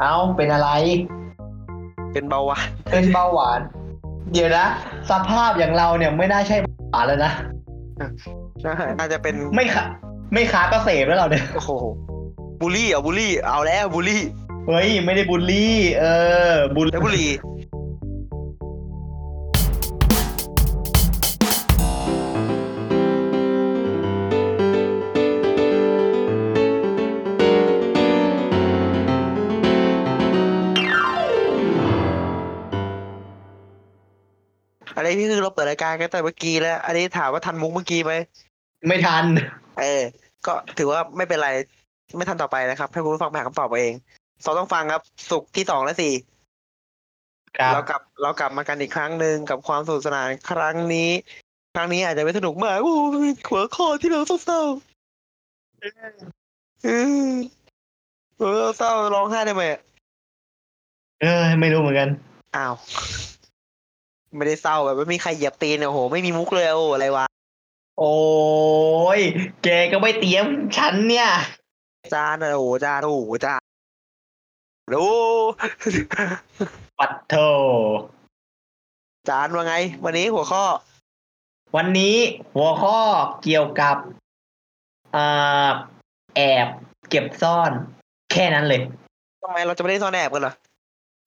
เอ้าเป็นอะไร เป็นเบาหวาน เป็นเบาหวาน เดี๋ยวนะ สภาพอย่างเราเนี่ยไม่น่าใช่เบาหวานแล้วนะ น่าจะเป็น ไม่ค่ะไม่ค้าก็เสพแล้วเราเนี่ย โอ้โหบุลี่เหรอ่ะบุลี่ เอาแล้วบุลี่ เฮ้ย ไม่ได้บูลลี่ เออบูล แล้วบุลี่อะไรนี่คือเราเปิดรายการกันแต่เมื่อกี้แล้ว อันนี้ถามว่าทันมุกเมื่อกี้ไหม ไม่ทัน เออ ก็ถือว่าไม่เป็นไร ไม่ทันต่อไปนะครับ ให้คุณผู้ฟังไปหาคำตอบเอาเองสองต้องฟังครับ สุกร์ที่สองและสี่ ครับ เรากลับเรากลับมากันอีกครั้งหนึ่งกับความสนุกสนานครั้งนี้ ครั้งนี้อาจจะไม่สนุกมากโอ้ยหัวข้อที่เราเศร้าๆเออเออเศร้าร้องไห้ได้ไหม เออ ไม่รู้เหมือนกัน อ้าว ไม่ได้เศร้าแบบไม่มีใครเหยียบตีนเนี่ยโอ้โห ไม่มีมุกเลยโอ้อะไรวะ โอ้ยแกก็ไม่เตรียมฉันเนี่ย จานอะโอ้โหจานโอ้โหจานโอ้ ปัดโท จานว่าไง วันนี้หัวข้อ วันนี้หัวข้อเกี่ยวกับอ่าแอบเก็บซ่อน แค่นั้นเลย ทำไมเราจะไม่ได้ซ่อนแอบกันเหรอ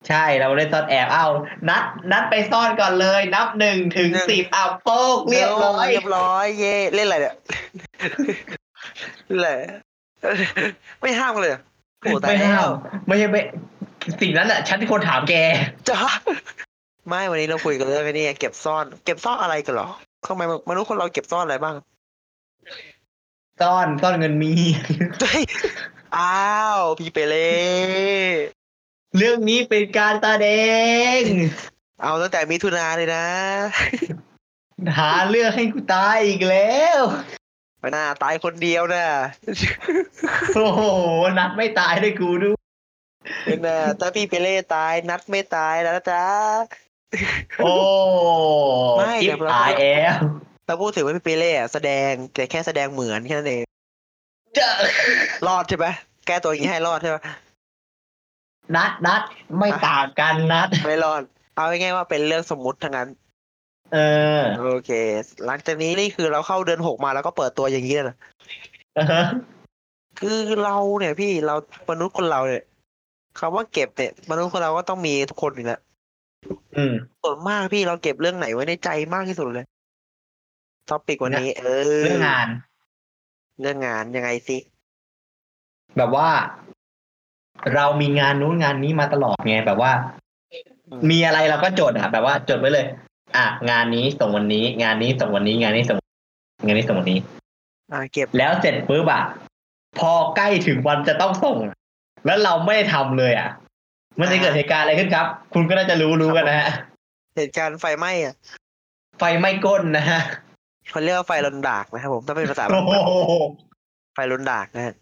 ใช่เราเล่นซ่อนแอบเอานัด นัดไปซ่อนก่อนเลย นับหนึ่งถึง หนึ่ง สิบเอาโป๊กเรียบร้อย เรียบร้อยเย่เล่นอะไรเนี่ย เล่นอะไรไม่ห้ามกันเลยเหรอโอ้แต่ ไม่ห้า แล้ว มไม่ใช่ไม่สิ่งนั้นอ่ะ ฉันเป็นคนถามแก จ้าไม่วันนี้เราคุยกันเรื่องไอ้นี่ไงเก็บซ่อน เก็บซ่อนอะไรกันเหรอทำไมมนุษย์คนเราเก็บซ่อนอะไรบ้าง ซ่อนซ่อนเงินมี เฮ้ยอ้าวพี่เปเล่ เรื่องนี้เป็นการตาแดง เอาตั้งแต่มิถุนาเลยนะ หาเรื่องให้กูตายอีกแล้ว ไม่น่าตายคนเดียวนะ โอ้โหนัดไม่ตายด้วยกูด้วย ไม่น่าถ้าพี่เปเล่ตายนัดไม่ตายแล้วนะจ๊ะ โอ้ ไม่เดี๋ จิ๊ ย บ วเรา ตายแอบ เราพูดถึงว่าพี่เปเล่อะแสดงแต่แค่แสดงเหมือนแค่นั้นเอง เจอ รอดใช่ไหมแก้ตัวอย่างนี้ให้รอดใช่ไหม นัดนัดไม่ต่างกันนัด ไม่รอด เอาง่ายๆว่าเป็นเรื่องสมมุติทั้งนั้น เออ โอเค หลังจากนี้นี่คือเราเข้าเดือนหกมาแล้วก็เปิดตัวอย่างนี้เลยเหรอ เออ คือเราเนี่ยพี่เรามนุษย์คนเราเนี่ยคำว่าเก็บเนี่ยมนุษย์คนเราก็ต้องมีทุกคนอยู่แล้ว อืม ส่วนมากพี่เราเก็บเรื่องไหนไว้ในใจมากที่สุดเลยท็อปิกวันนี้ เออ เรื่องงาน เรื่องงานยังไงสิ แบบว่า เรามีงานนู้นงานนี้มาตลอดไงแบบว่า มีอะไรเราก็จดอ่ะ แบบว่าจดไว้เลย อ่ะ งานนี้ส่งวันนี้ งานนี้ส่งวันนี้ งานนี้ส่งงานนี้ส่งวันนี้ อ่าเก็บ แล้วเสร็จปุ๊บอ่ะพอใกล้ถึงวันจะต้องส่ง แล้วเราไม่ได้ทำเลยอ่ะ มันจะเกิดเหตุการณ์อะไรขึ้นครับ คุณก็น่าจะรู้รู้กันนะฮะ เหตุการณ์ไฟไหม้อ่ะ ไฟไหม้ก้นนะฮะ เขาเรียกว่าไฟลนดากนะครับผมถ้าเป็นภาษา โอ้โห ไฟลนดากนะฮะ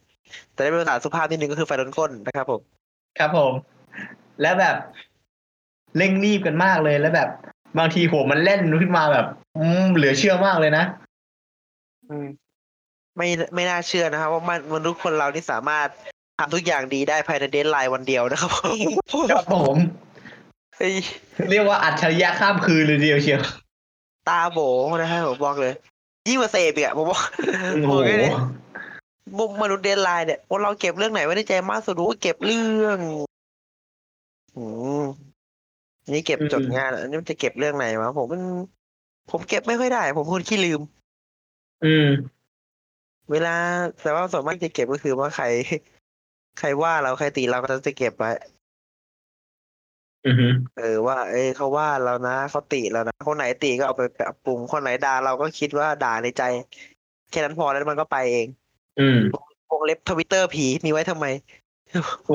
แต่ได้เป็นภาษาสุภาพนิดนึงก็คือไฟลนก้นนะครับผม ครับผม แล้วแบบเร่งรีบกันมากเลยแล้วแบบ บางทีหัวมันเล่นขึ้นมาแบบ อืมเหลือเชื่อมากเลยนะ อืมไม่ไม่น่าเชื่อนะครับ ว่ามันมนุษย์คนเรานี่สามารถทำทุกอย่างดีได้ภายในเดนไลน์วันเดียวนะครับผม ครับผม เฮ้ย เรียกว่าอัจฉริยะข้ามคืนเลยทีเดียวเชียว ตาโบนะครับผมบอกเลย ยิ่งกว่าเสพอีกอะผมบอก โอ้โห ผมไม่ได้มุกมนุษย์เดนไลน์เนี่ยว่าเราเก็บเรื่องไหนไว้ในใจมากสุดรู้ว่าเก็บเรื่องอืมนี่เก็บจดงานอะอันนี้มันจะเก็บเรื่องไหนวะผมมัน ผมเก็บไม่ค่อยได้ ผมเป็นคนขี้ลืม อืม เวลาแต่ว่าส่วนมากจะเก็บก็คือว่าใคร ใครว่าเราใครตีเราก็จะเก็บไว้ อือฮึ เออว่า เอ้ยเขาว่าเรานะเขาติเรานะคนไหนติก็เอาไปปรับปรุงคนไหนด่าเราก็คิดว่าด่าในใจ แค่นั้นพอแล้วมันก็ไปเอง อืม วงเล็บทวิตเตอร์ผีมีไว้ทำไม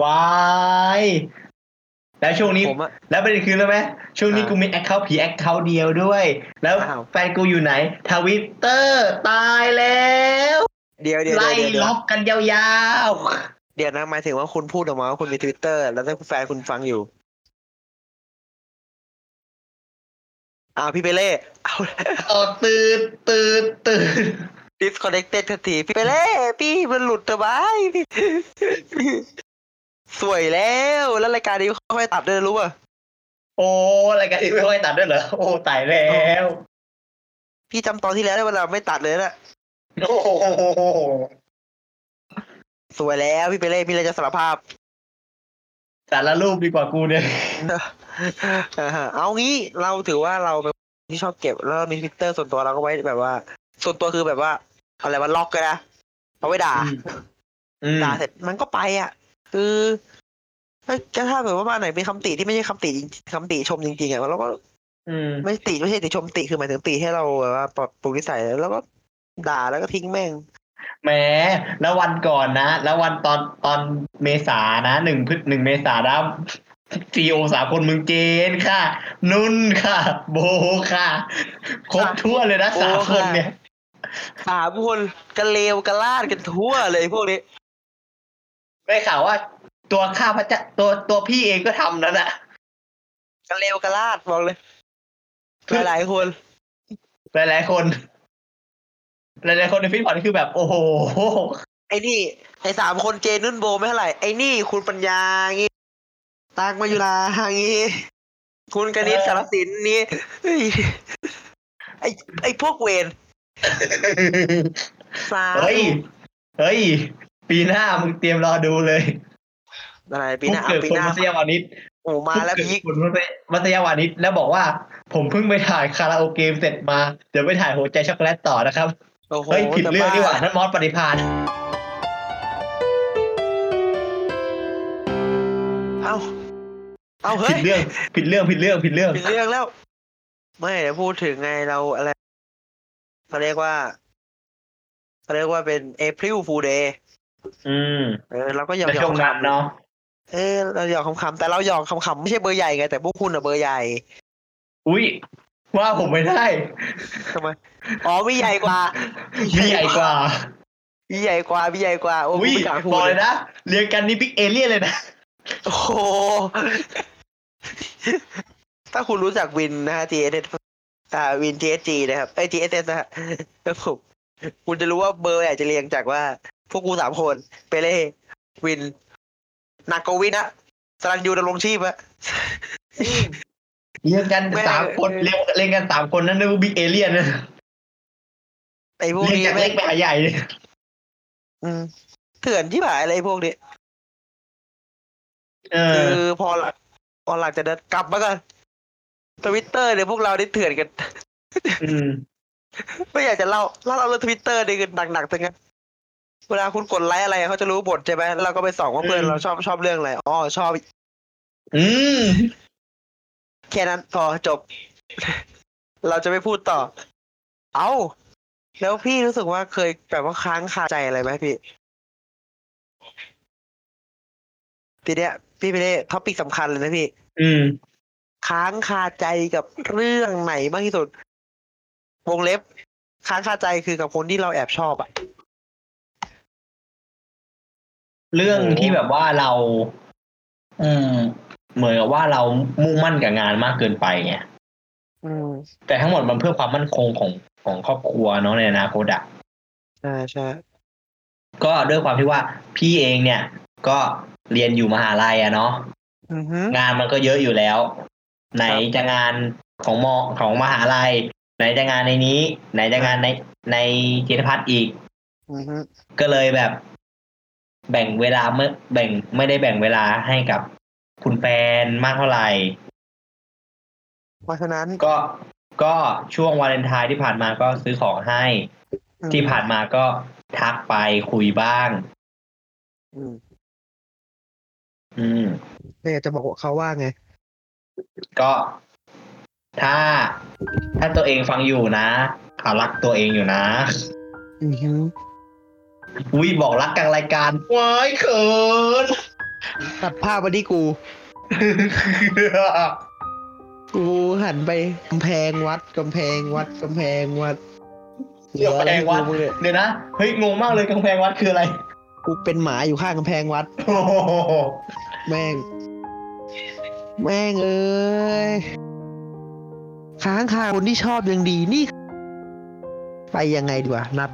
วายแล้วช่วงนี้ ผมอะ แล้วประเด็นคือรู้ไหมช่วงนี้ อ่ากู กูมีแอคเคาท์ผีแอคเคาท์เดียวด้วย แล้ว อ้าว แฟนกูอยู่ไหนทวิตเตอร์ตายแล้ว เดี๋ยวเดี๋ยว ไล่ เดี๋ยวเดี๋ยว ล็อกกันยาว เดี๋ยวนะหมายถึงว่าคุณพูดออกมาว่าคุณมีทวิตเตอร์แล้วถ้าแฟนคุณฟังอยู่อ้าวพี่เปเล่เอา ๆเอาตื่นตื่นตื่น ดิสคอนเนคเต็ดทันทีพี่เปเล่พี่มันหลุดทำไมพี่ สวยแล้วแล้วรายการนี้ค่อยๆตัดด้วยนะรู้ป่ะ โอ้รายการที่ไม่ค่อยตัดด้วยเหรอโอ้ตายแล้ว พี่จำตอนที่แล้วได้เวลาไม่ตัดเลยนะ โอ้โห สวยแล้วพี่เปเล่มีอะไรจะสารภาพ แต่ละรูปดีกว่ากูเนี่ย อ่าฮะเอางี้เราถือว่าเราเป็นคนที่ชอบเก็บแล้วมีทวิตเตอร์ส่วนตัวเราก็ไว้แบบว่า ส่วนตัวคือแบบว่าอะไรว่าล็อกกันนะเอาไว้ด่า อืม ด่าเสร็จมันก็ไปอ่ะ คือเอ้ยก็ถ้าแบบว่ามาไหนมีคำติที่ไม่ใช่คำติจริงคำติชมจริงๆอ่ะเราก็ อืม ไม่ติไม่ใช่ติชมติคือหมายถึงติให้เราแบบว่าปรับปรุงนิสัยแล้วก็ด่าแล้วก็ทิ้งแม่ง แหมแล้ววันก่อนนะ แล้ววันตอนตอนเมษานะหนึ่งพฤษหนึ่งเมษานะซีโอสามคนมึงเจนค่ะ นุ่นค่ะ โบค่ะ ครบทั่วนเลยนะ โบ สามคน ค่ะ เนี่ย สามคนกันเลวกันลาดกันทั่วเลยพวกนี้ ได้ข่าวว่า ตัวข้าพระเจ้าตัวตัวพี่เองก็ทำนั่นแหละ กันเลวกันลาดบอกเลยหลายๆคน หลายๆคน หลายๆคนในฟิตพอดคือแบบ โอ้โห ไอ้นี่ไอ้สามคนเจนุ่นโบไม่เท่าไหร่ไอ้นี่คุณปัญญางี้ตากมายุรางี้คุณกนิษฐ์สารสินนี่เฮ้ยไอ้ไอ้พวกเวรสาม เฮ้ยเฮ้ย ปีหน้ามึงเตรียมรอดูเลย อะไรปีหน้า ผู้เกิด ปี คน หน้า มัธยมวานิช โอ้มาแล้ว ผู้ พี เกิ ค ดคนมัธยมวานิชแล้วบอกว่า ผมเพิ่งไปถ่ายคาราโอเกะเสร็จมา เดี๋ยวไปถ่ายหัวใจช็อกโกแลตต่อนะครับ โอ้โห เฮ้ย ผิดเรื่องนี่หว่า แต่บ้ นั่นมอสปฏิพาน เอ้าเอ้าเฮ้ ผิ ย ดเรื่องผิดเรื่องผิดเรื่องผิดเรื่อง ผิดเรื่องแล้ว ไม่เดี๋ยวพูดถึงไงเราอะไรเขาเรียกว่าเขาเรียกว่าเป็นเอพริลฟูเดย์ อืม เออเราก็หยอก แต่ หย ช่ อ ว ก ง ค นั้นเนาะ ำเออเราหยอกคำๆแต่เราหยอกคำๆไม่ใช่เบอร์ใหญ่ไงแต่พวกคุณอะเบอร์ใหญ่ อุ้ยว่าผมไม่ได้ ทำไม อ๋อมีใหญ่กว่า มีใหญ่กว่า มีใหญ่กว่ามีใหญ่กว่า โอ้ อุ้ย ยไม่กล้าพู บ ด อก เล เลย ยนะเรียนกันนี่บิ๊กเอเลี่ยนเลยนะ โอ้โห ถ้าคุณรู้จักวินนะฮะ GSS อ่าวิน GSG นะครับ เอ้ย GSS นะฮะครับผมคุณจะรู้ว่าเบอร์อาจจะเรียงจากว่า พวกกูสามคน เปเล่ วินนักกว่าวินอะสรันยูดำรงชีพอะ เรียนกัน แม่ สามคนเรียนเรียนกันสามคนนั่นเรียกว่าบิ๊กเอเลี่ยนนะ ไอ้พวก เรียน นี้ จาก ไม่ เล็กไปหาใหญ่เลย อืมเถื่อนที่หายอะไรพวกนี้ เออ คือพอหลังพอหลังจากนั้นกลับมากันทวิตเตอร์เนี่ยพวกเราได้เถื่อนกัน อืม ไม่อยากจะเล่าเล่าเราเรื่องทวิตเตอร์นี่คือหนักๆทั้งนั้นเวลาคุณกดไลค์อะไรเขาจะรู้บทใช่ไหมแล้วเราก็ไปส่องว่าเพื่อนเราชอบชอบเรื่องอะไรอ๋อชอบ อืม แค่นั้นพอจบ เราจะไม่พูดต่อ เอ้า แล้วพี่รู้สึกว่าเคยแบบว่าค้างคาใจอะไรไหมพี่ทีเนี้ยพี่ไปได้ท็อปิกสำคัญเลยนะพี่ อืม ค้างคาใจกับเรื่องไหนมากที่สุด วงเล็บ ค้างคาใจคือกับคนที่เราแอบชอบอะ เรื่องที่แบบว่าเรา อืม เหมือนกับว่าเรามุ่งมั่นกับงานมากเกินไปไง อืม แต่ทั้งหมดมันเพื่อความมั่นคงของของครอบครัวเนาะในอนาคตอะ ใช่ใช่ ก็ด้วยความที่ว่าพี่เองเนี่ย ก็เรียนอยู่มหาลัยอะเนาะ อือฮึ งานมันก็เยอะอยู่แล้ว ไหนจะงานของมอของมหาลัย ไหนจะงานในนี้ ไหนจะงานในในจิตพัฒน์อีก อือฮึ ก็เลยแบบ แบ่งเวลาเมื่อแบ่งไม่ได้แบ่งเวลาให้กับคุณแฟนมากเท่าไหร่ เพราะฉะนั้น ก็ก็ช่วงวาเลนไทน์ที่ผ่านมาก็ซื้อของให้ อืม ที่ผ่านมาก็ทักไปคุยบ้าง อืม อืม ไม่อยากจะบอกว่าเขาว่าไง ก็ถ้าถ้าตัวเองฟังอยู่นะเขารักตัวเองอยู่นะ อือหือ วิบอกรักกลางรายการ ว้ายเขิน ตัดภาพมาที่กูกูหันไปกำแพงวัดกำแพงวัดกำแพงวัด กำแพงวัด เหลืออะไรให้กูมึงเนี่ย เดี๋ยวนะ เฮ้ย งงมากเลยกำแพงวัดคืออะไร กูเป็นหมาอยู่ข้างกำแพงวัด โอ้โห แม่ง แม่งเอ้ยค้างคาคนที่ชอบยังดีนี่ ไปยังไงดีวะนัด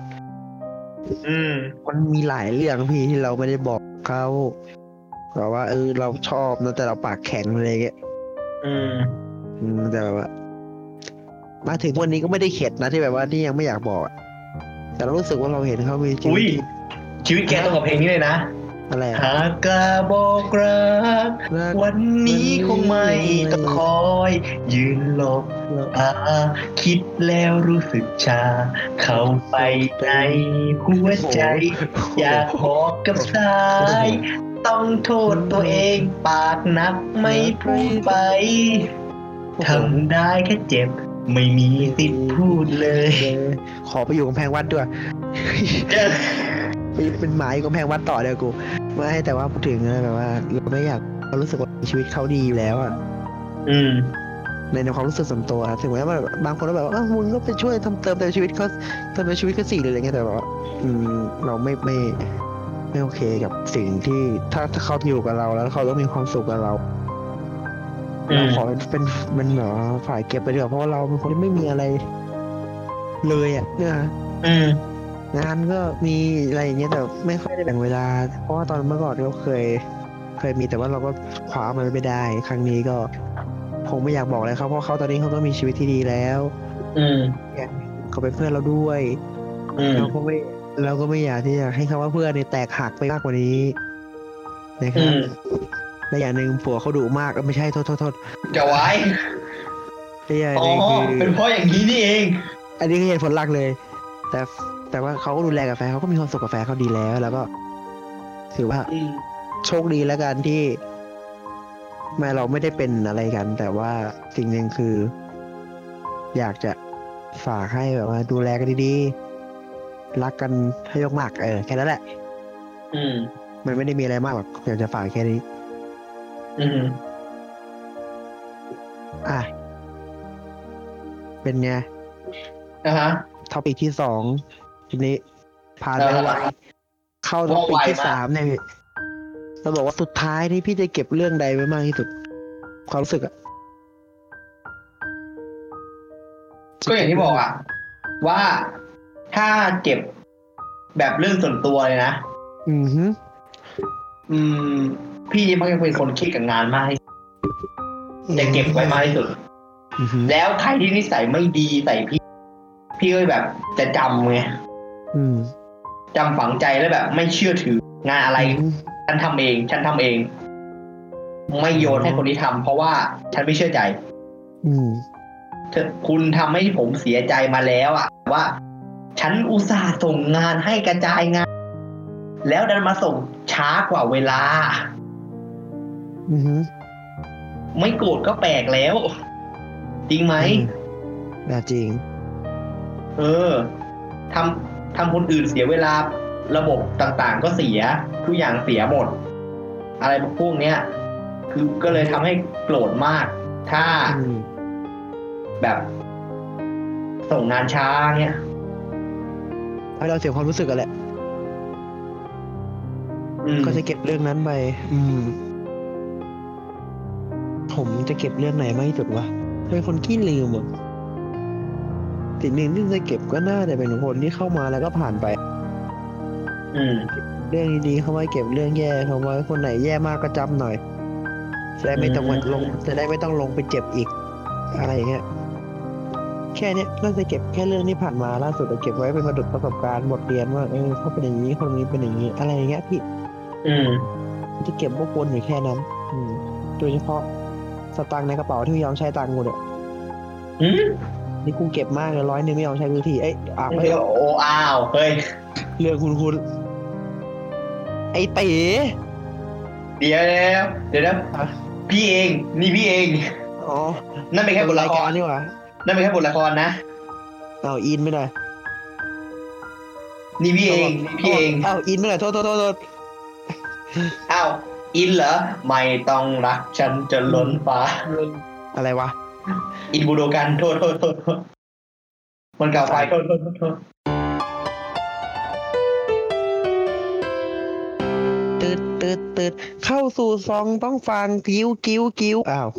อืม มันมีหลายเรื่องพี่ที่เราไม่ได้บอกเขาแต่ว่าเออเราชอบนะแต่เราปากแข็งอะไรอย่างเงี้ย อืม อืมแต่แบบว่า มาถึงวันนี้ก็ไม่ได้เข็ดนะที่แบบว่านี่ยังไม่อยากบอกอะแต่เรารู้สึกว่าเราเห็นเขามีชี อุ้ วิยตที่ ชีวิตแกตรงกับเพลงนี้เลยนะ อะไรอะ หากกล้าบอกรัก รัก วันนี้คงไม่ต้องคอย ยืนหลบอาคิดแล้วรู้สึกชา เข้าไปในหัวใจ อยากบอกกับสาย ต้องโทษตัวเองปากนักไม่พูดไปทำได้แค่เจ็บ ไม่มีสิทธิ์พูดเลย ขอไปอยู่กำแพงวัดด้วย ไปเป็นหมาอยู่กำแพงวัดต่อเดี๋ยวกูไม่แต่ว่าพูดถึงนะแบบว่าเราไม่อยากเรารู้สึกว่าชีวิตเขาดีอยู่แล้วอะ อืม ในในความรู้สึกส่วนตัวถึงแม้ว่าบางคนก็แบบว่าอ้าวมึงก็ไปช่วยทำเติมเต็มชีวิตเขาเติมเต็มชีวิตเขาสี่หรืออะไรเงี้ยแต่แบบว่าอืมเราไม่ไม่ไม่โอเคกับสิ่งที่ถ้าถ้าเขาอยู่กับเราแล้วเขาต้องมีความสุขกับเรา อืม เราขอเป็นเป็นเป็นเหรอฝ่ายเก็บไปเถอะเพราะว่าเราเป็นคนที่ไม่มีอะไร เลยอะเนี่ย อืม งานก็มีอะไรอย่างเงี้ยแต่ไม่ค่อยได้แบ่งเวลา เพราะว่าตอนเมื่อก่อนเราเคย เคยมีแต่ว่าเราก็คว้ามันไม่ได้ ครั้งนี้ก็คงไม่อยากบอกอะไรเขาเพราะเขาตอนนี้เขาก็มีชีวิตที่ดีแล้ว อืม เขาเป็นเพื่อนเราด้วย อืม เราก็ไม่เราก็ไม่อยากที่จะให้คำว่าเพื่อนเนี่ยแตกหักไปมากกว่านี้นะค อื รับ ม และอย่างหนึ่งผัวเขาดุมากเอ้ยไม่ใช่โทษโทษโทษ จะไว้ และอย่างห อ๋อ นึ่งคือ เป็นเพราะอย่างนี้นี่เอง อันนี้คือเหตุผลหลักเลย แต่แต่ว่าเขาก็ดูแลกับแฟนเขาก็มีความสุขกับแฟนเขาดีแล้ว แล้วก็ ถือว่า โชคดีแล้วกันที่แม้เราไม่ได้เป็นอะไรกัน แต่ว่าสิ่งหนึ่งคือ อยากจะฝากให้แบบว่า ดูแลกันดีๆ รักกันให้ยกมากๆเออแค่นั้นแหละ อืม มันไม่ได้มีอะไรมากหรอกอยากจะฝากแค่นี้ อืม อ่ะ เป็นไง นะฮะ ท็อปิกที่สองทีนี้ผ่านไปแล้ว เข้าท็อปิกที่ ว่าไวมาก สามเนี่ยพี่เราบอกว่าสุดท้ายนี่พี่จะเก็บเรื่องใดไว้มากที่สุด ความรู้สึกอะ ก็อย่างที่บอกอะว่าถ้าเก็บแบบเรื่องส่วนตัวเลยนะ อือฮึ อืม พี่มักจะเป็นคนคิดกับงานมากที่สุดจะเก็บไว้มากที่สุด อือฮึ แล้วใครที่นิสัยไม่ดีใส่พี่ พี่ก็แบบจะจำไง อืม จำฝังใจแล้วแบบ ไม่เชื่อถือ งานอะไร อืม ฉันทำเอง ฉันทำเอง ไม่โยนให้คนที่ทำเพราะว่าฉันไม่เชื่อใจ อืม เธอคุณทำให้ผมเสียใจมาแล้วอะว่า ฉันอุตส่าห์ส่งงานให้กระจายงาน แล้วดันมาส่งช้ากว่าเวลา อือฮึ ไม่โกรธก็แปลกแล้ว จริงไหม น่าจริง เออทำทำคนอื่นเสียเวลาระบบต่างๆ ก็เสียทุกอย่างเสียหมด อะไรพวกเนี้ย คือก็เลยทำให้โกรธมาก ถ้า อืม แบบ ส่งงานช้าเนี้ย ให้เราเสียความรู้สึกกันแหละ อืม ก็จะเก็บเรื่องนั้นไปอืม ผมจะเก็บเรื่องไหนมากที่สุดวะเป็นคนขี้ลืมอะสิ่งหนึ่งที่จะเก็บก็น่าจะเป็นคนที่เข้ามาแล้วก็ผ่านไป อืม เรื่องดีๆเขาไว้เก็บเรื่องแย่เขาไว้คนไหนแย่มากก็จำหน่อยจะได้ไม่ต้อง อืม ลงจะได้ไม่ต้องลงไปเจ็บอีก อะไรอย่างเงี้ยแค่เนี้ยน่าจะเก็บแค่เรื่องที่ผ่านมาล่าสุดอะเก็บไว้เป็นประดุจประสบการณ์บทเรียนว่าเออเขาเป็นอย่างนี้คนนี้เป็นอย่างนี้อะไรอย่างเงี้ยพี่ อืม จะเก็บพวกวนอยู่แค่นั้นอืมโดยเฉพาะสตางค์ในกระเป๋าที่ไม่ยอมใช้ตังค์กูเนี่ย หืม นี่กูเก็บมากเลยร้อยหนึงไม่ยอมใช้กูทีเอ้ยอ่ะ ไม่ ไม่ ได้โอ้อ้าวเฮ้ย เรื่องคุณคุณไอ้เต๋ เดี๋ยวเดี๋ยวเดี๋ยวนะ ฮะ พี่เองนี่พี่เอง อ๋อ นั่นเป็นแค่บท รา ละ ย ค การ รนี่หว่า นั่นเป็นแค่บทละครนะ เอาอินไปหน่อย นี่พี่เองพี่เอง อ้าวอินเมื่อไหร่โทษโทษโทษโทษ อ้าวอินเหรอไม่ต้องรักฉันจนล้นฟ้า อะไรวะ อินบูโดกันโทษโทษโทษโทษมันเก่าไปโทษโทษโทษโทษ ตืดตืดตืดเข้าสู่ซองต้องฟังกิ้วกิ้วกิ้วอ้าว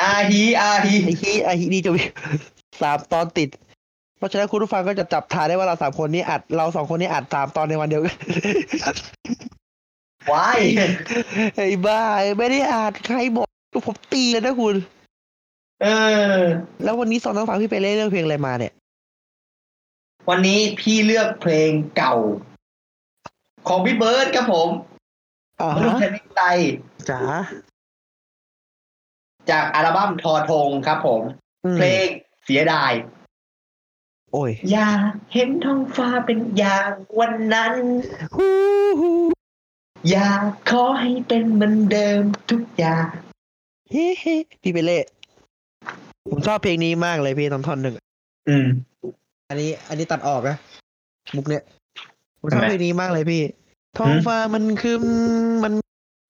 อาฮีอาฮี ไอ้ที่ไอ้ที่ดีจะ มี สามตอนติด เพราะฉะนั้นคุณผู้ฟังก็จะจับทางได้ว่าเราสามคนนี้อัดเราสองคนนี้อัดสามตอนในวันเดียว กัน ว้าย ไอ้บ้าไม่ได้อัดใครบอกผมตีเลยนะคุณ เออ แล้ววันนี้ซองต้องฟังพี่ไปเล่นเรื่องเพลงอะไรมาเนี่ย วันนี้พี่เลือกเพลงเก่า ของพี่เบิร์ดครับผม อ่าม นุษย์ชนิดใด จ๋า จากอัลบั้มทอทงครับผม อืม เพลงเสียดาย โอ้ย อย่าเห็นท้องฟ้าเป็นอย่างวันนั้น ฮู้ฮู้ อย่าขอให้เป็นเหมือนเดิมทุกอย่าง เฮ้เฮ้พี่ไปเล่ผมชอบเพลงนี้มากเลยพี่ตอนท่อนหนึ่ง อืม อันนี้ อันนี้ตัดออกนะมุกเนี่ยผมช ทำ อบ ไม เพลงนี้มากเลยพี่ ท้องฟ้ามันครึมมัน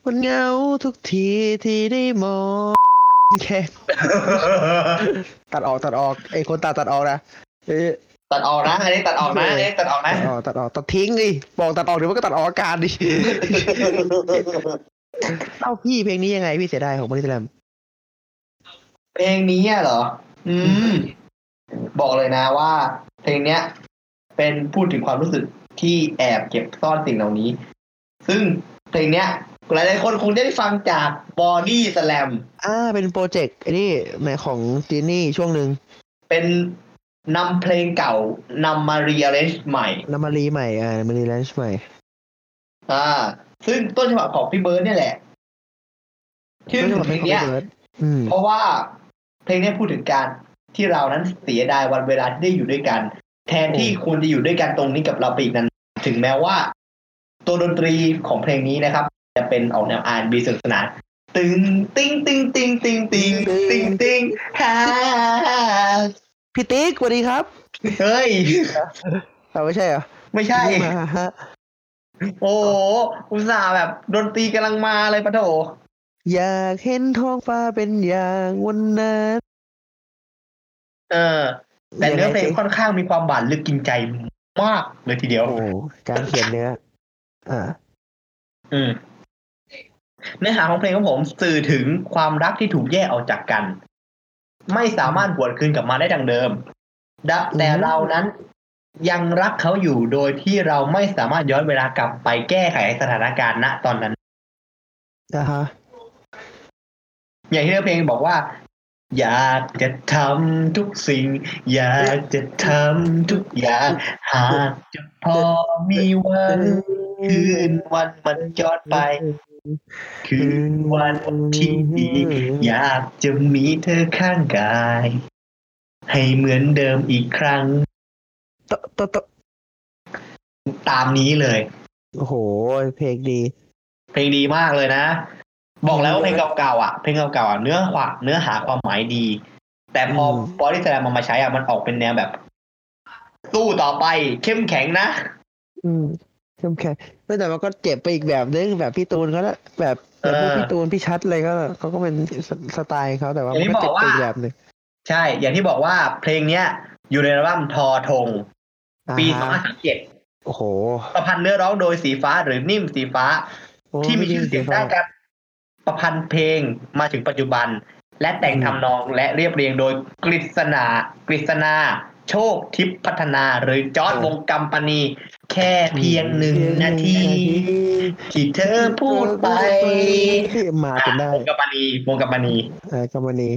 มันเหงาทุกทีที่ได้มองแค่ ตัดออกตัดออกไอ้คนตัดตัดออกนะเอ้ย ตัดออกนะ อันนี้ตัดออกนะอันนี้ตัดออกนะ ตัดออกตัดออกตัดทิ้งดิบอกตัดออกเดี๋ยวมันก็ตัดออกอาการดิ เล่าพี่เพลงนี้ยังไงพี่เสียดายของบริสแลม เพลงนี้อะเหรอ อืม บอกเลยนะว่า เพลงเนี้ย เป็นพูดถึงความรู้สึกที่แอบเก็บซ่อนสิ่งเหล่านี้ ซึ่งเพลงเนี้ย หลาย ๆ คนคงได้ฟังจากบอดี้สแลม อ่าเป็นโปรเจกต์ไอ้นี่แหมของจีนี่ช่วงหนึ่ง เป็นนำเพลงเก่านำมารีอ r เรนจ์ใหม่ นามารีใหม่อ่ามารีแลนช์ใหม่ อ่า ซึ่งต้นฉบับของพี่เบิร์ดเนี่ยแหละชื่อเพลงเนี้ย อืม เพราะว่าเพลงเนี้ยพูดถึงการที่เรานั้นเสียดายวันเวลาที่ได้อยู่ด้วยกัน แทนที่ควรจะอยู่ด้วยกันตรงนี้กับเราไปอีกนานถึงแม้ว่า ตัวดนตรีของเพลงนี้นะครับ จะเป็นออกแนวอานบีสนุกสนานตึงติ้งติ้งติ้งติ้งติ้งติ้งติ้งฮ่า พี่ติ๊กสวัสดีครับ เฮ้ย เราไม่ใช่เหรอ ไม่ ใช่ พี่มาฮะ โอ้โหอุตส่าห์แบบดนตรีกำลังมาเลยปะโถ อยากเห็นท้องฟ้าเป็นอย่างวันนั้น เออ แต่เนื้อเพลงค่อนข้างมีความหวานลึกกินใจมากเลยทีเดียว โอ้โหการเขียนเนื้ออ่า อืมเนื้อหาของเพลงของผมสื่อถึงความรักที่ถูกแยกออกจากกัน ไม่สามารถหวนคืนกลับมาได้ดังเดิมดะแต่เรานั้นยังรักเขาอยู่โดยที่เราไม่สามารถย้อนเวลากลับไปแก้ไขสถานการณ์ณตอนนั้น อ่าฮะ อย่างที่เนื้อเพลงบอกว่า อยากจะทำทุกสิ่ง อยากจะทำทุกอย่างหากจะพอมีวันคืนวันมันย้อนไป คืนวันที่ดี อยากจะมีเธอข้างกาย ให้เหมือนเดิมอีกครั้ง ตะตะตะ ตามนี้เลย โอ้โห เพลงดี เพลงดีมากเลยนะ บอกแล้วว่าเพลงเก่าๆอ่ะเพลงเก่าๆอ่ะเนื้อขวาเนื้อหาความหมายดี แต่พอ ม บอดี้แลมมามาใช้อ่ะมันออกเป็นแนวแบบ ตู้ต่อไปเข้มแข็งนะ อืมเข้มแข็งไม่แต่ว่าก็เจ็บไปอีกแบบนึงแบบพี่ตูนเขาละแบบแบบพวก เออ พี่ตูนพี่ชัดเลยก็เขาก็เป็นสสไตล์เขาแต่ว่า อย่างที่ มันก็เจ็บไปอี บอก ก ว่า แบบหนึ่ง ใช่ อย่างที่บอกว่าเพลงเนี้ย อยู่ในอัลบั้มทอธงปี อ่าฮะ 2537 โอ้โห ประพันธ์เนื้อร้องโดยสีฟ้าหรือนิ่มสีฟ้า โอ้ ที่มีชื่อเสียงด้านการประพันธ์เพลงมาถึงปัจจุบัน และแต่งทำนองและเรียบเรียงโดยกฤษณากฤษณา โชคทิพย์พัฒนา หรือจอร์ดวงกัมปนี แค่เพียงหนึ่งนาที ที่เธอพูดไป มา อ่ะ เป็นได้ วงกัมปนีวงกัมปนี เออกำมะนี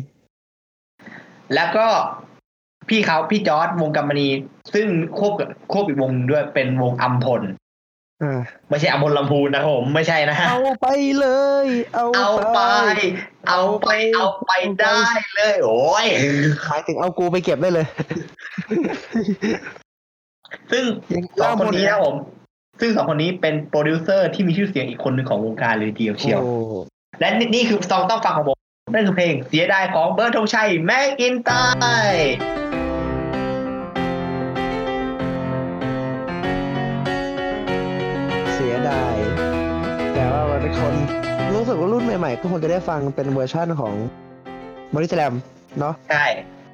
แล้วก็พี่เขาพี่จอร์ดวงกัมปนี ซึ่งควบกับควบอีกวงหนึ่งด้วยเป็นวงอัมพล อ่า ไม่ใช่อัมพลลำพูนนะผมไม่ใช่นะฮะ เอาไปเลย เอา เอาไป เอาไป เอาไปได้เลย โอ้ย ขายถึงเอากูไปเก็บได้เลย ซึ่ง ยัง สองคเล่าหม น ด นี้นะผม ซึ่งสองคนนี้เป็นโปรดิวเซอร์ที่มีชื่อเสียงอีกคนหนึ่งของวงการเลยทีเดียวเชียว โอ้โห และนี่นี่คือซองต้องฟังของผม นั่นคือเพลงเสียดายของเบิร์ดธงชัยแม็กอินไตร์ ได้ แต่ว่ามันเป็นคนรู้สึกว่ารุ่นใหม่ๆ ก็คงจะได้ฟังเป็นเวอร์ชั่นของมอริสแลมเนาะ ใช่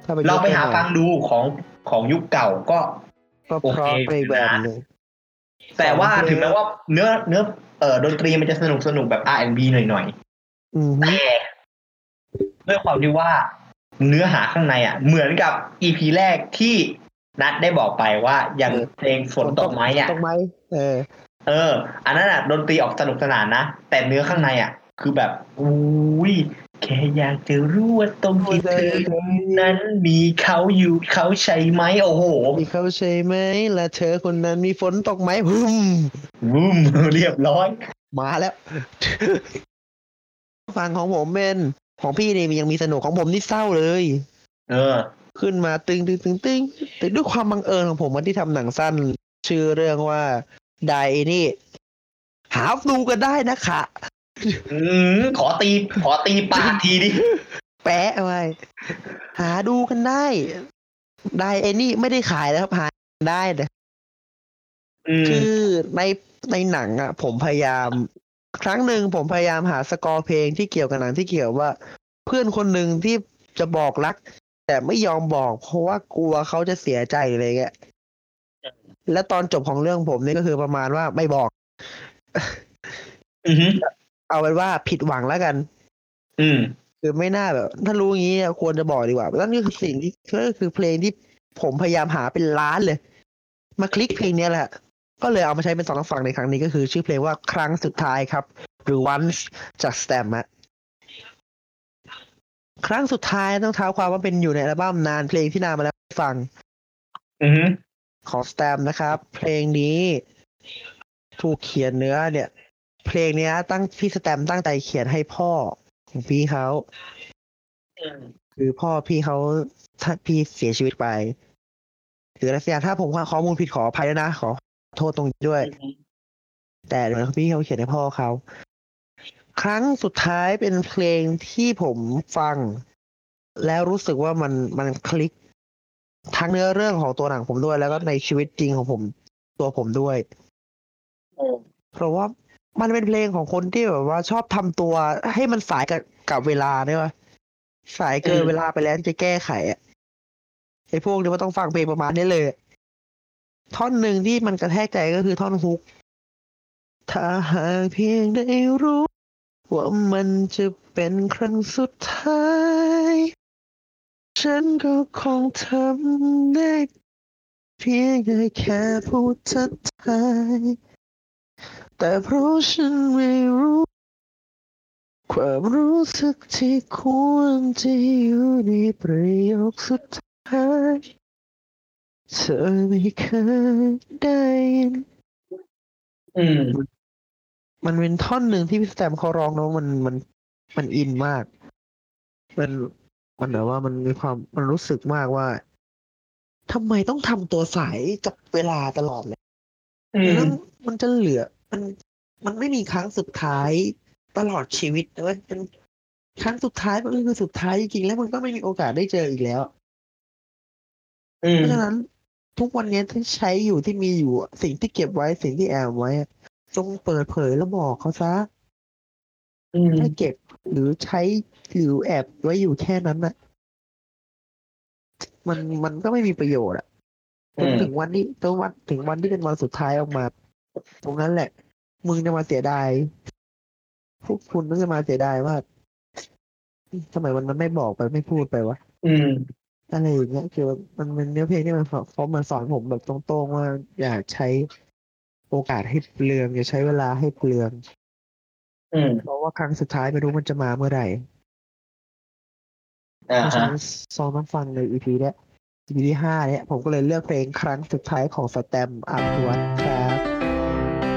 ถ้าไป ลองไปหาฟังดูของของยุคเก่าก็ ก็เพราะไปอีกแบบหนึง แต่ว่า ของเพลง ถึงแม้ว่าเนื้อเนื้อเอ่อดนตรีมันจะสนุกสนุกแบบ R&B หน่อยหน่อย อือ ๆ ฮึ แต่ด้วยความที่ว่าเนื้อหาข้างในอ่ะ เหมือนกับ EP แรกที่นัดได้บอกไปว่าอย่าง เออ เพลงฝนตกไหมอ่ะ ตกไหมเออ เออ อันนั้นอ่ะดนตรีออกสนุกสนานนะ แต่เนื้อข้างในอ่ะ คือแบบอุ้ยแค่อยากจะรู้ว่าตรงที่เธอนั้นมีเขาอยู่เขาใช่ไหมโอ้โห มีเขาใช่ไหมและเธอคนนั้นมีฝนตกไหมฮึม วุ้มเรียบร้อย มาแล้ว ฟังของผมเป็นของพี่นี่ยังมีสนุกของผมนี่เศร้าเลย เออ ขึ้นมาตึงตึงตึงตึงแต่ด้วยความบังเอิญของผมวันที่ทำหนังสั้น ชื่อเรื่องว่าไดนี่ หาดูกันได้นะคะ อืมขอตีขอตีปากทีดิ แปะไว้ หาดูกันได้ ไดเอนี่ไม่ได้ขายนะครับ หาได้นะ อืม คือในในหนังอ่ะ ผมพยายาม ครั้งหนึ่งผมพยายามหาสกอร์เพลงที่เกี่ยวกับหนังที่เกี่ยวว่า เพื่อนคนหนึ่งที่จะบอกรัก แต่ไม่ยอมบอก เพราะว่ากลัวเขาจะเสียใจอะไรเงี้ยและตอนจบของเรื่องผมนี่ก็คือประมาณว่าไม่บอก อืม เอาเป็นว่าผิดหวังแล้วกัน อืม คือไม่น่าแบบ ถ้ารู้อย่างนี้อะควรจะบอกดีกว่านั่นก็คือสิ่งที่ก็คือเพลงที่ผมพยายามหาเป็นล้านเลย มาคลิกเพลงเนี้ยแหละ ก็เลยเอามาใช้เป็นสองฝั่งในครั้งนี้ก็คือ ชื่อเพลงว่าครั้งสุดท้ายครับ หรือ once จาก stamp อะครั้งสุดท้ายต้องเท้าความว่าเป็นอยู่ในอัลบั้มนานเพลงที่นานมาแล้วฟัง อืม ของสแตมนะครับ เพลงนี้ถูกเขียนเนื้อเนี่ย เพลงเนี้ย ตั้งพี่สแตมตั้งใจเขียนให้พ่อของพี่เขา คือพ่อพี่เขาถ้าพี่เสียชีวิตไปหรืออะไรสักอย่างถ้าผมว่าข้อมูลผิดขออภัยด้วยนะขอโทษตรงนี้ด้วย แต่เหมือนพี่เขาเขียนให้พ่อเขา ครั้งสุดท้ายเป็นเพลงที่ผมฟัง แล้วรู้สึกว่ามันมันคลิก ทั้งเนื้อเรื่องของตัวหนังผมด้วย แล้วก็ในชีวิตจริงของผมตัวผมด้วย เพราะว่ามันเป็นเพลงของคนที่แบบว่าชอบทำตัวให้มันสายกับกับเวลาเนี่ยว่าสายเกินเวลาไปแล้วที่จะแก้ไขอะไอ้พวกนี้มันต้องฟังเพลงประมาณนี้เลย ท่อนหนึ่งที่มันกระแทกใจก็คือท่อนฮุก ถ้าหากเพียงได้รู้ ว่ามันจะเป็นครั้งสุดท้าย ฉันก็คงทำได้ เพียงได้แค่พูดทักทาย แต่เพราะฉันไม่รู้ ความรู้สึกที่ควรจะอยู่ในประโยคสุดท้ายเธอไม่เคยได้ยิน อืม มันเป็นท่อนหนึ่งที่พี่สแตมเขาร้องเนอะมันมันมันอินมาก มันมันแบบว่ามันมีความมันรู้สึกมากว่าทำไมต้องทำตัวสายกับเวลาตลอดเลย อืม แล้วมันจะเหลือ มันมันไม่มีครั้งสุดท้ายตลอดชีวิตนะเลยมันครั้งสุดท้ายมันก็คือสุดท้ายจริงๆแล้วมันก็ไม่มีโอกาสได้เจออีกแล้ว อืม เพราะฉะนั้นทุกวันนี้ที่ใช้อยู่ที่มีอยู่อะสิ่งที่เก็บไว้สิ่งที่แอบไว้อะจงเปิดเผยแล้วบอกเขาซะ อืม ถ้าเก็บหรือใช้หรือแอบไว้อยู่แค่นั้นน่ะ มันมันก็ไม่มีประโยชน์อะจ อื น ม ถึงวันนี้จนวันถึงวันที่เป็นวันสุดท้ายออกมา ตรงนั้นแหละ มึงจะมาเสียดายพวกคุณต้องจะมาเสียดายว่าทำไมมันมันไม่บอกไปไม่พูดไปวะ อืม อะไรอย่างเงี้ยคือมันมันเนื้อเพลงที่มันเขาเขามาสอนผมแบบตรงๆว่า อย่าใช้โอกาสให้เปลืองอย่าใช้เวลาให้เปลือง อืม เพราะว่าครั้งสุดท้ายไม่รู้มันจะมาเมื่อไหร่ อ่า เพราะฉะ ฮะ นั้นซองต้องฟังใน EP เนี้ย EP ที่ห้าเนี้ยผมก็เลยเลือกเพลงครั้งสุดท้ายของสแตมป์อัพวัตครับ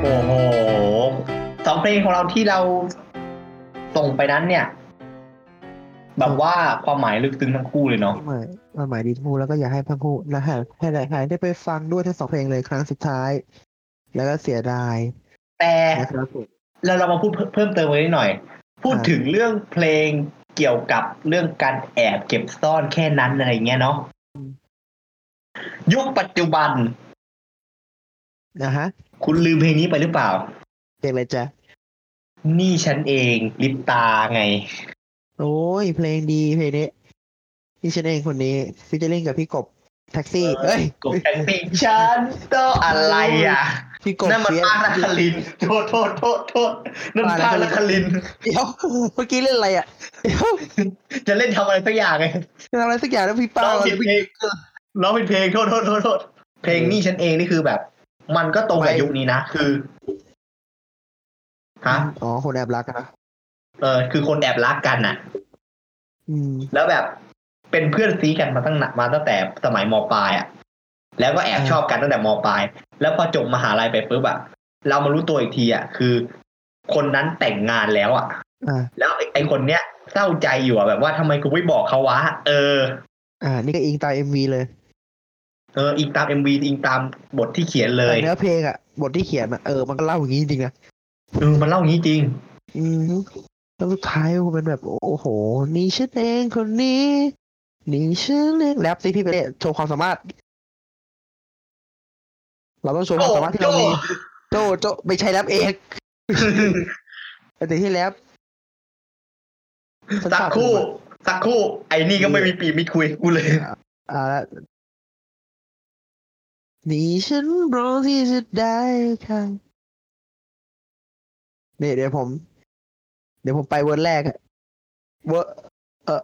โอ้โหสองเพลงของเราที่เราส่งไปนั้นเนี่ย แบบว่าความหมายลึกซึ้งทั้งคู่เลยเนาะ หมายหมายดีทั้งคู่แล้วก็อยากให้ทั้งคู่นะฮะให้หลายๆได้ไปฟังด้วยทั้งสองเพลงเลยครั้งสุดท้าย แล้วก็เสียดาย แต่ นะครับผม เราเรามาพูดเพิ่มเติมไว้นิดหน่อย พูด อ่า ถึงเรื่องเพลง เกี่ยวกับเรื่องการแอบเก็บซ่อนแค่นั้นอะไรเงี้ยเนาะยุคปัจจุบัน นะฮะ คุณลืมเพลงนี้ไปหรือเปล่า เพลงอะไรจ๊ะ นี่ฉันเองลิปตาไง โอ้ยเพลงดีเพลงนี้พี่ฉันเองคนนี้ฟิชเชอร์ลิงกับพี่กบแท็กซี่เอ้ย กบแตงปีฉันต้องอะไรอ่ะ พี่กบ นั่นมัน เฟียส ป้างนัคลินโทษโทษโทษโทษนั่นป้างนัคลิน เดี๋ยวเมื่อกี้เล่นอะไรอ่ะเดี๋ยว จะเล่นทำอะไรสักอย่างไง เล่นอะไรสักอย่างแล้วพี่ป้า ร้อง ว ผิดเพลงร้องผิดเพลงโทษโทษโทษโทษเพลงนี่ฉันเองนี่คือแบบ มันก็ตรงกับยุคนี้นะ คือฮะ อ๋อคนแอบรักนะ เออคือคนแอบรักกันน่ะ อืม แล้วแบบเป็นเพื่อนซีกันมาตั้งนานมาตั้งแต่สมัยมปลายอ่ะ แล้วก็แอบ อ่า ชอบกันตั้งแต่มปลาย แล้วพอจบมหาลัยไปปุ๊บอ่ะ เรามารู้ตัวอีกทีอ่ะ คือ คนนั้นแต่งงานแล้วอ่ะ อ่า แล้วไอ้ไอคนเนี้ยเศร้าใจอยู่อ่ะแบบว่าทำไมกูไม่บอกเขาวะ เออ อ่า นี่ก็อิงตามเอ็มวีเลย เอออิงตามเอ็มวีอิงตามบทที่เขียนเล แต่ ย เนื้อเพลงอ่ะบทที่เขียนอ่ะเออมันก็เล่าอย่างนี้จริงๆนะ เออมันเล่าอย่างนี้จริง อืมแล้วสุดท้ายมันเป็นแบบโอ้โห นี่ฉันเองคนนี้ นี่ฉันเองแรปสิพี่ไปเล่นโชว์ความสามารถ เราต้องโชว์ความสามารถที่เรามีโจโจไม่ใช่แรปเองแต่ที่แรปฉัน สัก ฝา ครู่ ถึง สักครู่ ไอ้นี่ก็ไม่มีปีมีคุยกูเลย อ่าแล้วนี่ฉันรอที่จะได้ค่ะนี่เดี๋ยวผม เดี๋ยวผมไปเวอร์ดแรกอะเวอร์ดเออ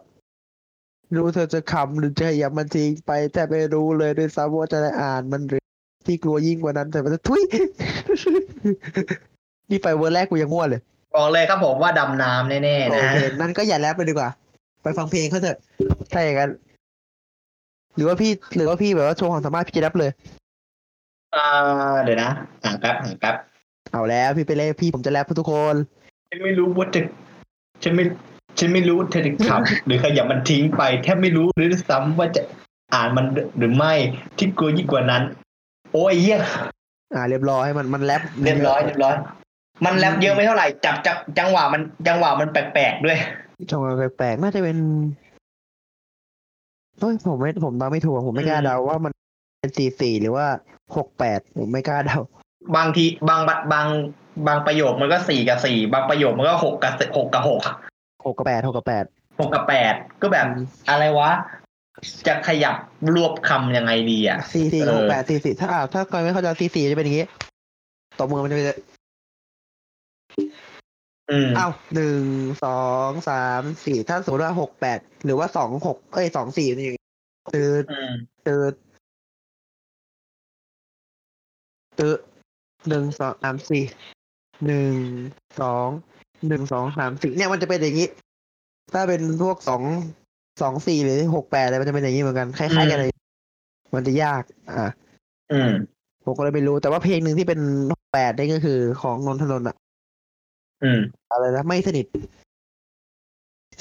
รู้เธอจะขำหรือจะหยับมันทิ้งไป แต่ไม่รู้เลยด้วยซ้ำว่าจะได้อ่านมันหรือ ที่กลัวยิ่งกว่านั้นแต่มันจะทุย นี่ไปเวอร์ดแรกกูยังง่วนเลย บอกเลยครับผมว่าดำน้ำแน่ โอ ๆนะ เคนั่นก็อย่าแรปเลยดีกว่า ไปฟังเพลงเขาเถอะถ้าอย่างนั้นหรือว่าพี่หรือว่าพี่แบบว่าโชว์ความสามารถพี่จะแรปเลย เออเดี๋ยวนะหาแป๊บหาแป๊บ เอาแล้วพี่ไปเลยพี่ผมจะแรปเพื่อทุกคน ฉันไม่รู้ว่าจะฉันไม่ ฉันไม่รู้เธอจะขับ หรือขยะมันทิ้งไป แทบไม่รู้หรือซ้ำว่าจะอ่านมันหรือไม่ที่กลัวยิ่งกว่านั้น โอ้ยเยี่ย อ่า เรียบร้อยมันมันแรป เรียบร้อยเรียบร้อย มันแรปเยอะไม่เท่าไหร่จับจับจังหวะมันจังหวะมันแปลกๆด้วย จังหวะแปลกๆน่าจะเป็นเฮ้ยผมไม่ผมเดาไม่ถูกผมไม่กล้า อืม เดาว่ามันเป็นสี่สี่หรือว่าหกแปดผมไม่กล้าเดา บางทีบางบางบางบางประโยคมันก็สี่กับสี่บางประโยคมันก็หกกับหกกับหก หกกับแปดหกกับแปด หกกับแปดก็แบบอะไรวะ จะขยับรวบคำยังไงดีอ่ะ สี่สี่ เออ หกแปดสี่สี่ถ้าอ่าถ้าใครไม่เข้าใจสี่สี่จะเป็นอย่างงี้ตบมือมันจะเป็น อืม อ้าวหนึ่งสองสามสี่ถ้าสมมติว่าหกแปดหรือว่าสองหกเอ้ยสองสี่นี่อย่างงี้ตืด อืม ตืดตืดหนึ่งสองสามสี่หนึ่งสองหนึ่งสองสามสี่เนี่ยมันจะเป็นอย่างนี้ ถ้าเป็นพวกสองสองสี่หรือหกแปดอะไรมันจะเป็นอย่างนี้เหมือนกันคล้ายๆกันเลยมันจะยาก อ่ะ อืม ผมก็เลยไม่รู้แต่ว่าเพลงหนึ่งที่เป็นหกแปดนี่ก็คือของนนทนนท์อะ อืม อะไรนะไม่สนิท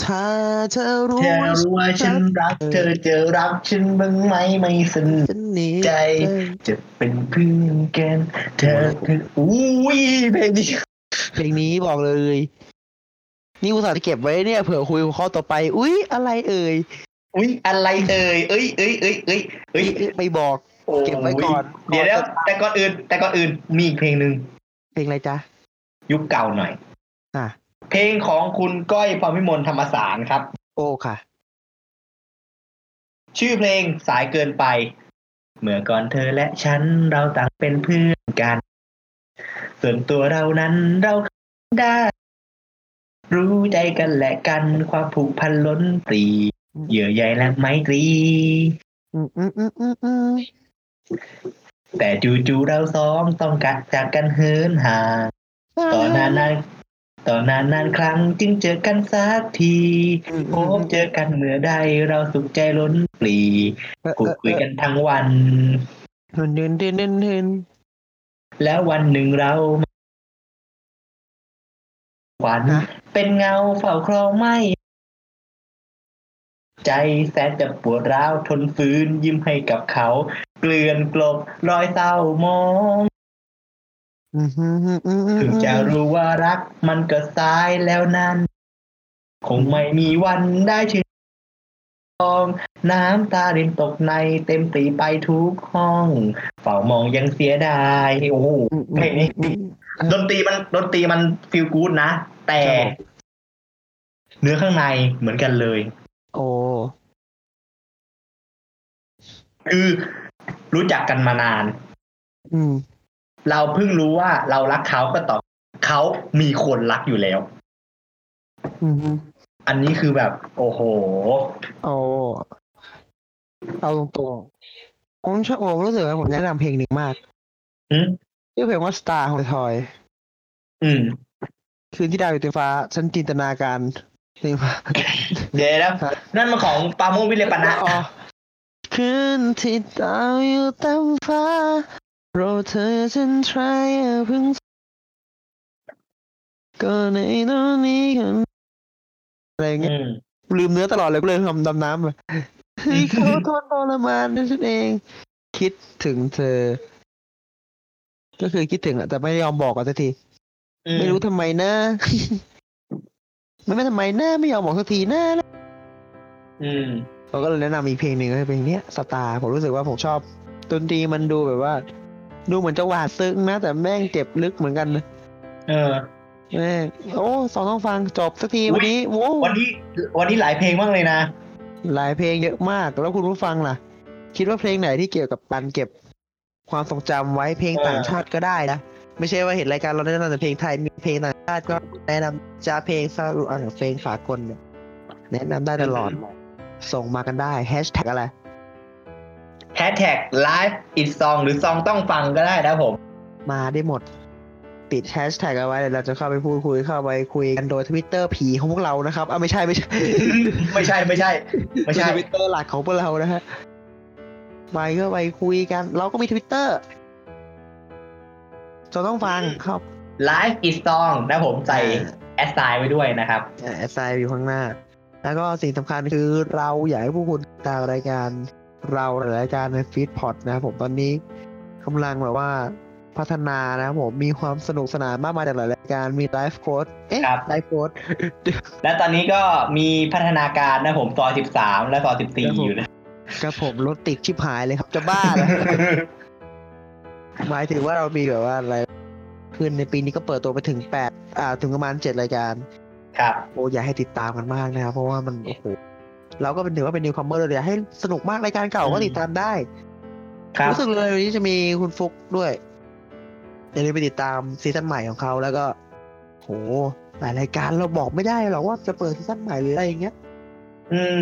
ถ้าเธอรู้ เธอ ว่า รู้ว่าฉันรักเธอเจอรักฉันบ้างไหมไม่สน ฉันหนี ใจ เธอ จะเป็นเพื่อนกันเธอคืออุ้ยเพลงนี้ เพลงนี้บอกเลย นี่อุตส่าห์จะเก็บไว้เนี่ยเผื่อคุยหัวข้อต่อไป อุ๊ย อะไรเอ่ย อุ้ยอะไรเอ่ยเอ้ยเอ้ยเอ้ยเอ้ยเอ้ย ไปบอก โอ้ย เก็บไว้ก่อน เดี๋ยวแล้วแต่ก่อนอื่น แต่ก่อนอื่นมีอีกเพลงหนึ่ง เพลงอะไรจ๊ะ ยุคเก่าหน่อย อ่ะ เพลงของคุณก้อยพรพิมลธรรมสารครับ โอ้ค่ะ ชื่อเพลงสายเกินไป เมื่อก่อนเธอและฉันเราต่างเป็นเพื่อนกัน ส่วนตัวเรานั้นเราได้ รู้ใจกันและกันความผูกพันล้นปรีเยื่อใยและไมตรี อืมอืมอืมอืมอืม แต่จู่ๆเราซ้อมต้องกัดจากกันเหินห่าง ต่อนานานๆต่อนานนานๆครั้งจึงเจอกันสักที อืม พ อืม บเจอกันเมื่อใดเราสุขใจล้นปรี เออ พูดคุยกันทั้งวัน เออเดินเดินเดินเดิน แล้ววันหนึ่งเราขวัญเป็นเงาเฝ้าครองไม่ ใจแสนจะปวดร้าวทนฟื้นยิ้มให้กับเขา เกลื่อนกลบรอยเศร้ามอง อืมอืมอืมอืมอืม ถึงจะรู้ว่ารักมันก็สายแล้วนั้น คงไม่มีวันได้ชื่นชมน้ำตารินตกในเต็มตีไปทุกห้อง เฝ้ามองยังเสียดายโอ้โห เพลงนี้ ดนตรีมันดนตรีมันฟีลกู๊ดนะ แต่ ครับผม เนื้อข้างในเหมือนกันเลย โอ้ คือรู้จักกันมานาน อืม เราเพิ่งรู้ว่าเรารักเขาก็ต่อเขามีคนรักอยู่แล้ว อืม อันนี้คือแบบ โอ้โห เอาเอาตรงๆผมชอบผมรู้สึกว่าผมแนะนำเพลงหนึ่งมาก อืม ชื่อเพลงว่า Star ของทอย อืม คืนที่ดาวอยู่เต็มฟ้า ฉันจินตนาการนี่มา เดี๋ยวนะ ฮะ นั่นมันของปราโมชวิเลปนะ อ๋อคืนที่ดาวอยู่เต็มฟ้าโปรดเธอฉันทรายพึ่งก็ในตอนนี้กันอะไรอย่างเงี้ย อืม ลืมเนื้อตลอดเลยก็เลยทำดำน้ำไปคือเขาทนทรมานนั่นฉันเอง คิดถึงเธอ ก็คือคิดถึงอะแต่ไม่ยอมบอกกันสักที ไม่รู้ทำไมนะ ไม่ไม่ทำไมนะไม่ยอมบอกสักทีนะ อืม เราก็เลยแนะนำอีกเพลงหนึ่งก็คือเพลงเนี้ยสตาร์ผมรู้สึกว่าผมชอบดนตรีมันดูแบบว่า ดูเหมือนจะหวาดซึ้งนะ แต่แม่งเจ็บลึกเหมือนกันนะ เออ แม่งโอ้สองต้องฟังจบสักที อุ๊ย วันนี้โว้ วันนี้ วันนี้หลายเพลงมากเลยนะ หลายเพลงเยอะมากแล้วคุณผู้ฟังล่ะ คิดว่าเพลงไหนที่เกี่ยวกับการเก็บความทรงจำไว้เพลง เออ ต่างชาติก็ได้นะ ไม่ใช่ว่าเห็นรายการเราแนะนำแต่เพลงไทยมีเพลงต่างชาติก็แนะนำจะเพลงสรุปอ่าเพลงสากลเนี่ยแนะนำได้ตลอด ส่งมากันได้แฮชแท็กอะไร แฮชแท็ก live is song หรือ song ต้องฟังก็ได้นะผม มาได้หมด ติดแฮชแท็กเอาไว้เดี๋ยวเราจะเข้าไปพูดคุยเข้าไปคุยกันโดยทวิตเตอร์ผีของพวกเรานะครับอ่ะไม่ใช่ไม่ใช่ ไม่ใช่ไม่ใช่ ไม่ใช่ ทวิตเตอร์หลักของพวกเรานะฮะไปก็ไปคุยกัน เราก็มีทวิตเตอร์จะต้องฟังครับ live is song นะผมใส่แอสไตล์ไว้ด้วยนะครับ แอสไซน์อยู่ข้างหน้า แล้วก็สิ่งสำคัญคือเราอยากให้ผู้คุณติดตามรายการเราหลายรายการในฟีดพอดนะครับผมตอนนี้กำลังแบบว่าพัฒนานะครับผมมีความสนุกสนานมากมายจากหลายรายการมีไลฟ์โค้ดเอ๊ะ ครับ ไลฟ์โค้ด และตอนนี้ก็มีพัฒนาการนะผมซอย13 และซอย ครับผ 14 ม อยู่นะ กับผมรถติดชิบหายเลยครับจะบ้าแล้ว หมายถึงว่าเรามีแบบว่าอะไรขึ้นในปีนี้ก็เปิดตัวไปถึงแปดอ่าถึงประมาณเจ็ดรายการ ครับ โอ้อยากให้ติดตามกันมากนะครับ เพราะว่ามันโอ้โหเราก็เป็นถือว่าเป็นนิวคอมเมอร์เลยอยากให้สนุกมากรายการเก่าก็ติดตามได้ ครับ รู้สึกเลยวันนี้จะมีคุณฟุกด้วยอย่าลืมไปติดตามซีซั่นใหม่ของเขาแล้วก็โหหลายรายการเราบอกไม่ได้หรอกว่าจะเปิดซีซั่นใหม่หรืออะไรอย่างเงี้ย อืม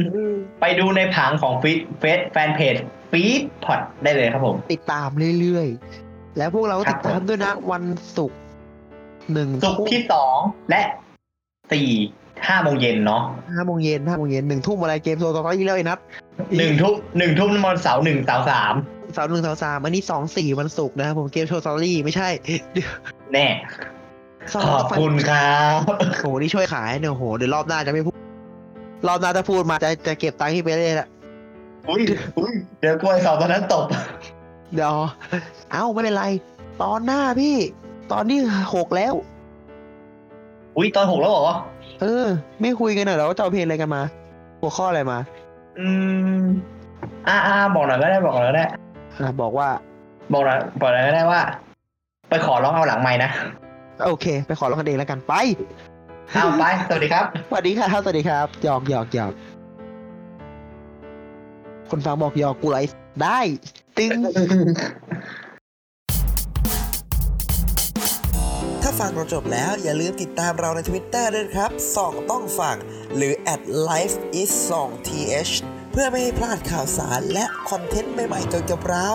ไปดูในผังของฟีดเฟซแฟนเพจฟีดพอดได้เลยครับผม ติดตามเรื่อยๆ แล้วพวกเราก็ติดตามด้วยนะวันศุกร์หนึ่ง ศุกร์ที่สองและสี่ห้าโมงเย็นเนาะ ห้าโมงเย็นห้าโมงเย็นหนึ่งทุ่มอะไรเกมโซนตอนนี้แล้วไอ้นัท หนึ่งทุ่มหนึ่งทุ่มวันเสาร์หนึ่งเสาร์สาม เสาร์หนึ่งเสาร์สามอันนี้สองสี่วันศุกร์นะครับผมเกมโชว์ซอรี่ไม่ใช่เดี๋ยว แน่ เสา ข ร์ อบคุณครับ โอ้โหนี่ช่วยขายเนี่ยโอ้โหเดี๋ยวรอบหน้าจะไม่พูด รอบหน้าจะพูดมาจะจะเก็บตังค์ที่ไปเลยละ อุ้ยอุ้ยเดี๋ยวกล้วยสองตอนนั้นตบ เดี๋ยวเอ้าไม่เป็นไร ตอนหน้าพี่ ตอนที่หกแล้ว อุ้ยตอนหกแล้วเหรอ เออ ไม่คุยกันหน่อยเหรอว่าจะเอาเพลงอะไรกันมา หัวข้ออะไรมา อืมอ่าอ่าบอกหน่อยก็ได้บอกหน่อยก็ได้ อ่ะบอกว่า บอกหน่อยบอกหน่อยก็ได้ว่า ไปขอร้องเอาหลังใหม่นะ โอเค ไปขอร้องกันเองแล้วกันไป เอาไป สวัสดีครับ สวัสดีครับสวัสดีครับหยอกหยอกหยอกคนฟังบอกหยอกกูไลฟ์ได้ตึ้ง ถ้าฟังเราจบแล้วอย่าลืมติดตามเราใน Twitter ด้วยนะครับส่องต้องฟังหรือ at life is 2 th เพื่อไม่ให้พลาดข่าวสารและคอนเทนต์ใหม่ๆเกี่ยวกับเรา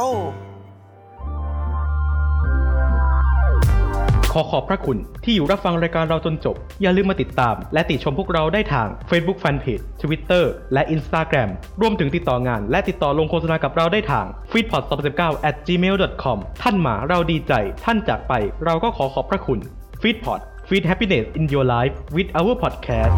ขอขอบพระคุณที่อยู่รับฟังรายการเราจนจบ อย่าลืมมาติดตาม และติชมพวกเราได้ทาง Facebook Fanpage Twitter และ Instagram รวมถึงติดต่องาน และติดต่อลงโฆษณากับเราได้ทาง f e e d p o d 2 9 at gmail.com ท่านมาเราดีใจ ท่านจากไปเราก็ขอขอบพระคุณ f e e d p o d Feed happiness in your life with our podcast